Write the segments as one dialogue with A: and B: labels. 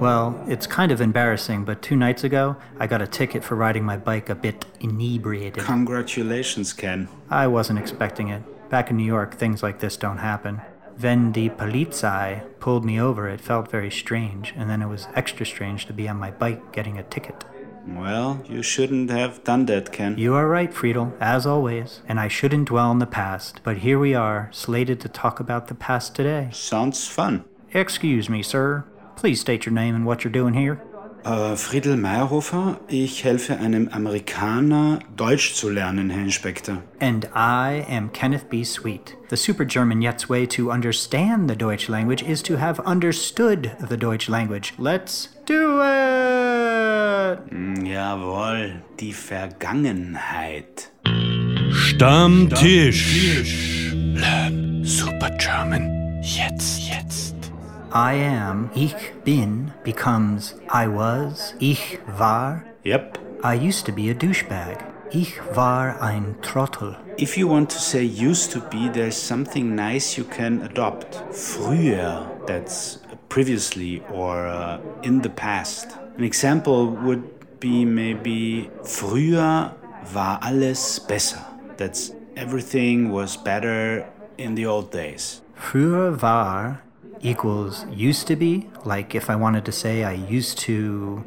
A: Well, it's kind of embarrassing, but two nights ago, I got a ticket for riding my bike a bit inebriated.
B: Congratulations, Ken.
A: I wasn't expecting it. Back in New York, things like this don't happen. When the Polizei pulled me over, it felt very strange, and then it was extra strange to be on my bike getting a ticket.
B: Well, you shouldn't have done that, Ken.
A: You are right, Friedel, as always, and I shouldn't dwell on the past, but here we are, slated to talk about the past today.
B: Sounds fun.
A: Excuse me, sir. Please state your name and what you're doing here.
B: Äh, Friedel Meyerhofer, ich helfe einem Amerikaner, Deutsch zu lernen, Herr Inspektor.
A: And I am Kenneth B. Sweet. The Super German Yet's way to understand the Deutsch language is to have understood the Deutsch language. Let's do it!
B: Hm, Jawohl, die Vergangenheit.
C: Stammtisch. Learn Super German. Jetzt, jetzt.
A: I am, ich bin, becomes I was, ich war.
B: Yep.
A: I used to be a douchebag. Ich war ein Trottel.
B: If you want to say used to be, there's something nice you can adopt. Früher, that's previously or uh, in the past. An example would be maybe früher war alles besser. That's everything was better in the old days.
A: Früher war equals used to be. Like if I wanted to say I used to,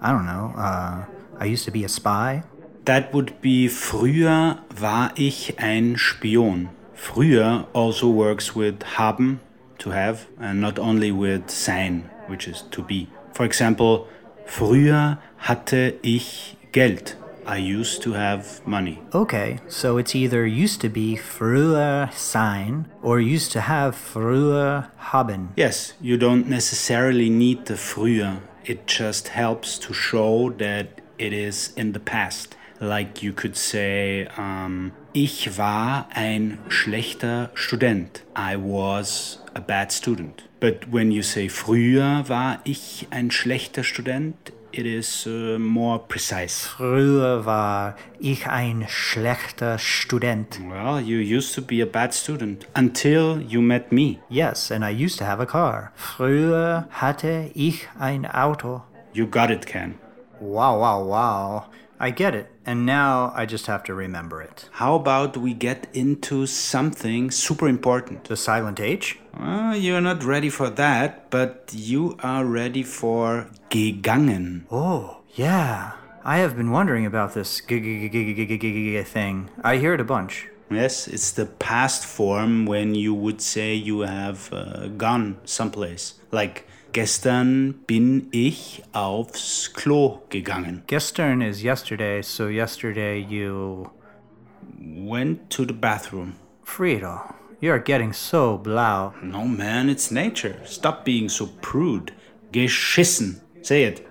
A: I don't know, uh, I used to be a spy.
B: That would be früher war ich ein Spion. Früher also works with haben, to have, and not only with sein, which is to be. For example, früher hatte ich Geld. I used to have money.
A: Okay, so it's either used to be früher sein or used to have früher haben.
B: Yes, you don't necessarily need the früher. It just helps to show that it is in the past. Like you could say, um, ich war ein schlechter Student. I was a bad student. But when you say früher war ich ein schlechter Student, it is uh, more precise.
A: Früher war ich ein schlechter Student.
B: Well, you used to be a bad student until you met me.
A: Yes, and I used to have a car. Früher hatte ich ein Auto.
B: You got it, Ken.
A: Wow, wow, wow. I get it. And now I just have to remember it.
B: How about we get into something super important?
A: The silent H?
B: Uh, you're not ready for that, but you are ready for gegangen.
A: Oh, yeah. I have been wondering about this g- g- g- g- g- g- g- thing. I hear it a bunch.
B: Yes, it's the past form when you would say you have uh, gone someplace. Like, gestern bin ich aufs Klo gegangen.
A: Gestern is yesterday, so yesterday you.
B: Went to the bathroom.
A: Friedel, you're getting so blau.
B: No, man, it's nature. Stop being so prude. Geschissen. Say it.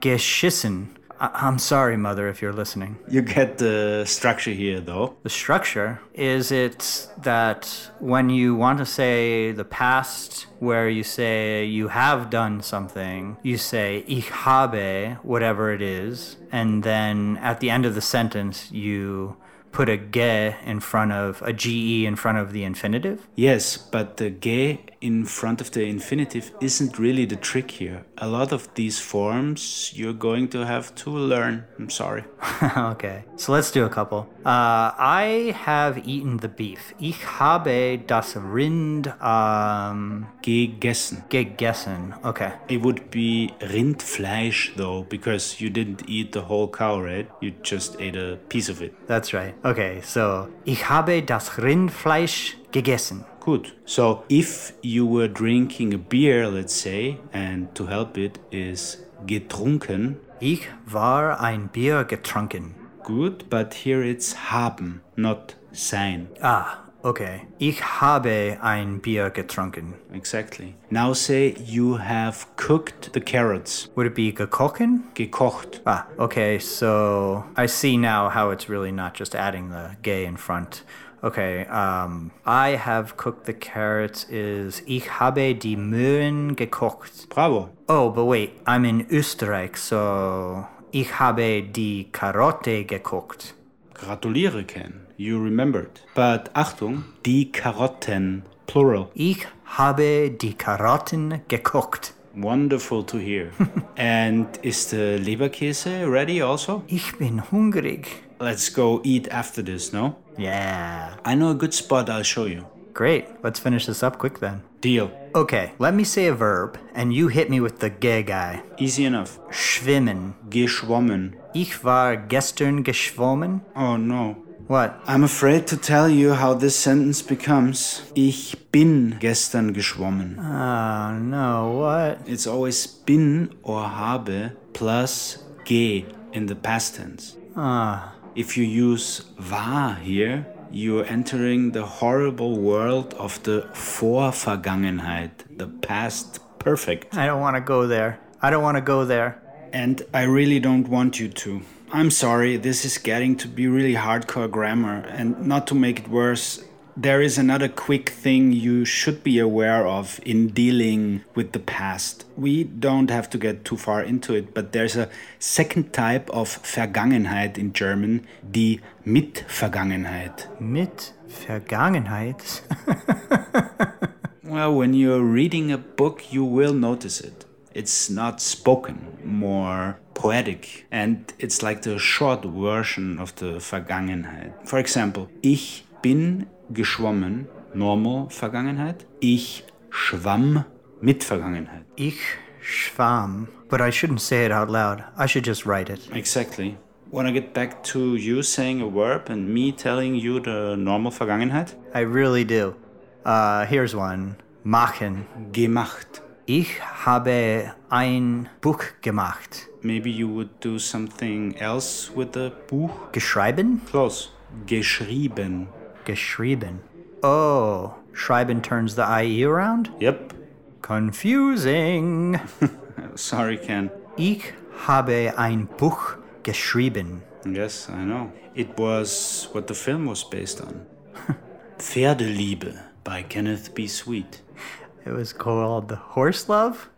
A: Geschissen. I- I'm sorry, mother, if you're listening.
B: You get the structure here, though.
A: The structure is it that when you want to say the past, where you say you have done something, you say ich habe, whatever it is, and then at the end of the sentence, you put a ge in front of a ge in front of the infinitive.
B: Yes, but the ge in front of the infinitive isn't really the trick here. A lot of these forms you're going to have to learn. I'm sorry.
A: okay, so let's do a couple. Uh, I have eaten the beef. Ich habe das Rind um,
B: Gegessen.
A: gegessen. Okay.
B: It would be Rindfleisch though, because you didn't eat the whole cow, right? You just ate a piece of it.
A: That's right. Okay, so ich habe das Rindfleisch gegessen.
B: Good. So if you were drinking a beer, let's say, and to help it is getrunken.
A: Ich war ein Bier getrunken.
B: Good, but here it's haben, not sein.
A: Ah, okay. Ich habe ein Bier getrunken.
B: Exactly. Now say you have cooked the carrots.
A: Would it be gekochen?
B: Gekocht.
A: Ah, okay, so I see now how it's really not just adding the gay in front. Okay, um, I have cooked the carrots is ich habe die Möhren gekocht.
B: Bravo.
A: Oh, but wait, I'm in Österreich, so ich habe die Karotte gekocht.
B: Gratuliere, Ken. You remembered. But Achtung, die Karotten, plural.
A: Ich habe die Karotten gekocht.
B: Wonderful to hear. and is the Leberkäse ready also?
A: Ich bin hungrig.
B: Let's go eat after this, no?
A: Yeah.
B: I know a good spot I'll show you.
A: Great. Let's finish this up quick then.
B: Deal.
A: Okay, let me say a verb, and you hit me with the gay guy.
B: Easy enough.
A: Schwimmen.
B: Geschwommen.
A: Ich war gestern geschwommen.
B: Oh no.
A: What?
B: I'm afraid to tell you how this sentence becomes. Ich bin gestern geschwommen.
A: Oh, no, what?
B: It's always bin or habe plus ge in the past tense.
A: Ah,
B: If you use war here, you're entering the horrible world of the Vorvergangenheit, the past perfect.
A: I don't want to go there. I don't want to go there.
B: And I really don't want you to. I'm sorry, this is getting to be really hardcore grammar. And not to make it worse, there is another quick thing you should be aware of in dealing with the past. We don't have to get too far into it, but there's a second type of Vergangenheit in German, die Mitvergangenheit.
A: Mit Vergangenheit.
B: Well, when you're reading a book, you will notice it. It's not spoken, more poetic, and it's like the short version of the Vergangenheit. For example, ich bin geschwommen, normal Vergangenheit. Ich schwamm mit Vergangenheit.
A: ich schwamm. But I shouldn't say it out loud. I should just write it.
B: Exactly. When I get back to you saying a verb and me telling you the normal Vergangenheit?
A: I really do. Uh, here's one. Machen.
B: Gemacht.
A: Ich habe ein Buch gemacht.
B: Maybe you would do something else with the Buch?
A: Geschrieben?
B: Close. Geschrieben.
A: Geschrieben. Oh, schreiben turns the IE around?
B: Yep.
A: Confusing.
B: Uh, Sorry, Ken.
A: Ich habe ein Buch geschrieben.
B: Yes, I know. It was what the film was based on. Pferdeliebe by Kenneth B. Sweet.
A: It was called Horse Love?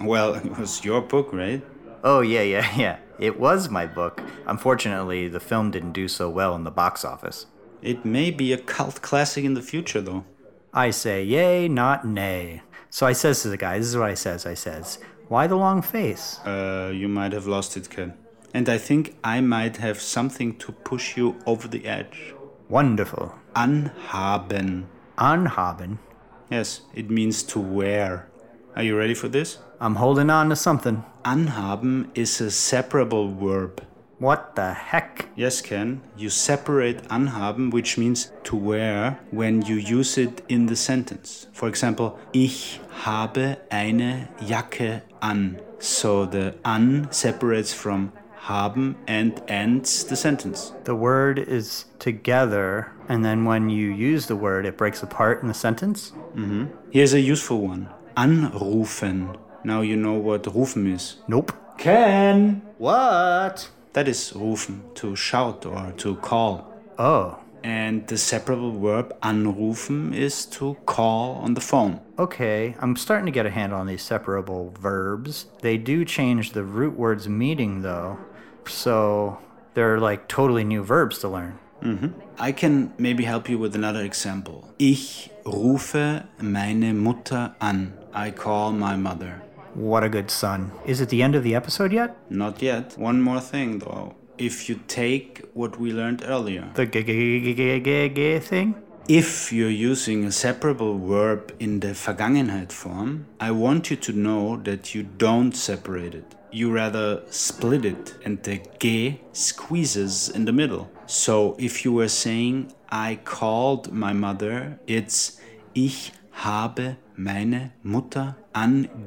B: Well, it was your book, right?
A: Oh, yeah, yeah, yeah. It was my book. Unfortunately, the film didn't do so well in the box office.
B: It may be a cult classic in the future, though.
A: I say yay, not nay. So I says to the guy, this is what I says, I says, why the long face?
B: Uh, you might have lost it, Ken. And I think I might have something to push you over the edge.
A: Wonderful.
B: Anhaben.
A: Anhaben.
B: Yes, it means to wear. Are you ready for this?
A: I'm holding on to something.
B: Anhaben is a separable verb.
A: What the heck?
B: Yes, Ken. You separate anhaben, which means to wear, when you use it in the sentence. For example, ich habe eine Jacke an. So the an separates from haben and ends the sentence.
A: The word is together, and then when you use the word, it breaks apart in the sentence.
B: Here's a useful one. Anrufen. Now you know what rufen is.
A: Nope.
B: Ken!
A: What?
B: That is rufen, to shout or to call.
A: Oh,
B: And the separable verb anrufen is to call on the phone.
A: okay. I'm starting to get a handle on these separable verbs. They do change the root word's meaning, though, so they're like totally new verbs to learn.
B: I can maybe help you with another example. Ich rufe meine Mutter an. I call my mother.
A: What a good son. Is it the end of the episode yet?
B: Not yet. One more thing though. If you take what we learned earlier,
A: The g- g- g- g- g- g- thing?
B: if you're using a separable verb in the Vergangenheit form, I want you to know that you don't separate it. You rather split it, and the ge squeezes in the middle. So if you were saying, I called my mother, it's Ich habe meine Mutter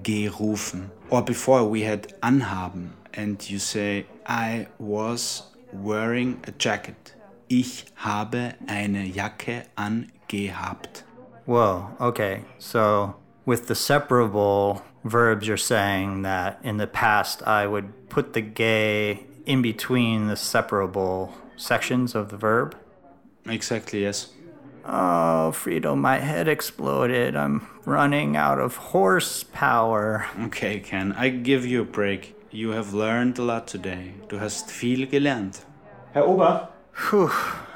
B: angerufen. Or before we had anhaben, and you say, I was wearing a jacket. Ich habe eine Jacke angehabt.
A: Whoa, okay. So with the separable verbs, you're saying that in the past I would put the gay in between the separable sections of the verb?
B: Exactly, yes.
A: Oh, Frito, my head exploded. I'm running out of horsepower.
B: Okay, Ken, I give you a break. You have learned a lot today. Du hast viel gelernt. Herr Ober?
A: Whew,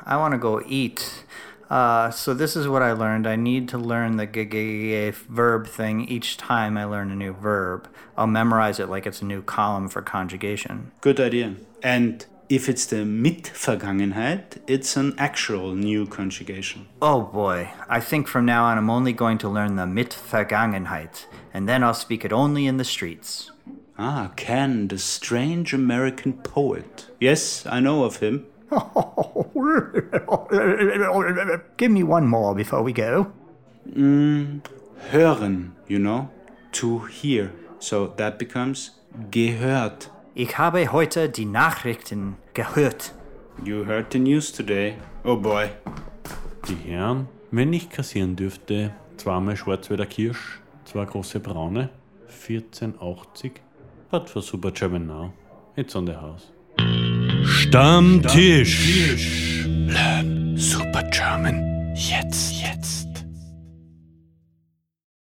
A: I want to go eat. Uh, so this is what I learned. I need to learn the g- g- g- verb thing each time I learn a new verb. I'll memorize it like it's a new column for conjugation.
B: Good idea. And if it's the Mit-Vergangenheit, it's an actual new conjugation.
A: Oh boy, I think from now on I'm only going to learn the mit Vergangenheit, and then I'll speak it only in the streets.
B: Ah, Ken, the strange American poet. Yes, I know of him.
A: Give me one more before we go.
B: Hören, you know? To hear. So that becomes gehört.
A: Ich habe heute die Nachrichten gehört.
B: You heard the news today. Oh boy.
D: Die Herren, wenn ich kassieren dürfte, zweimal Schwarzwälder Kirsch, zwei große braune, 1480. But for Super German now, it's on the house.
C: Stammtisch. Learn Super German. Jetzt.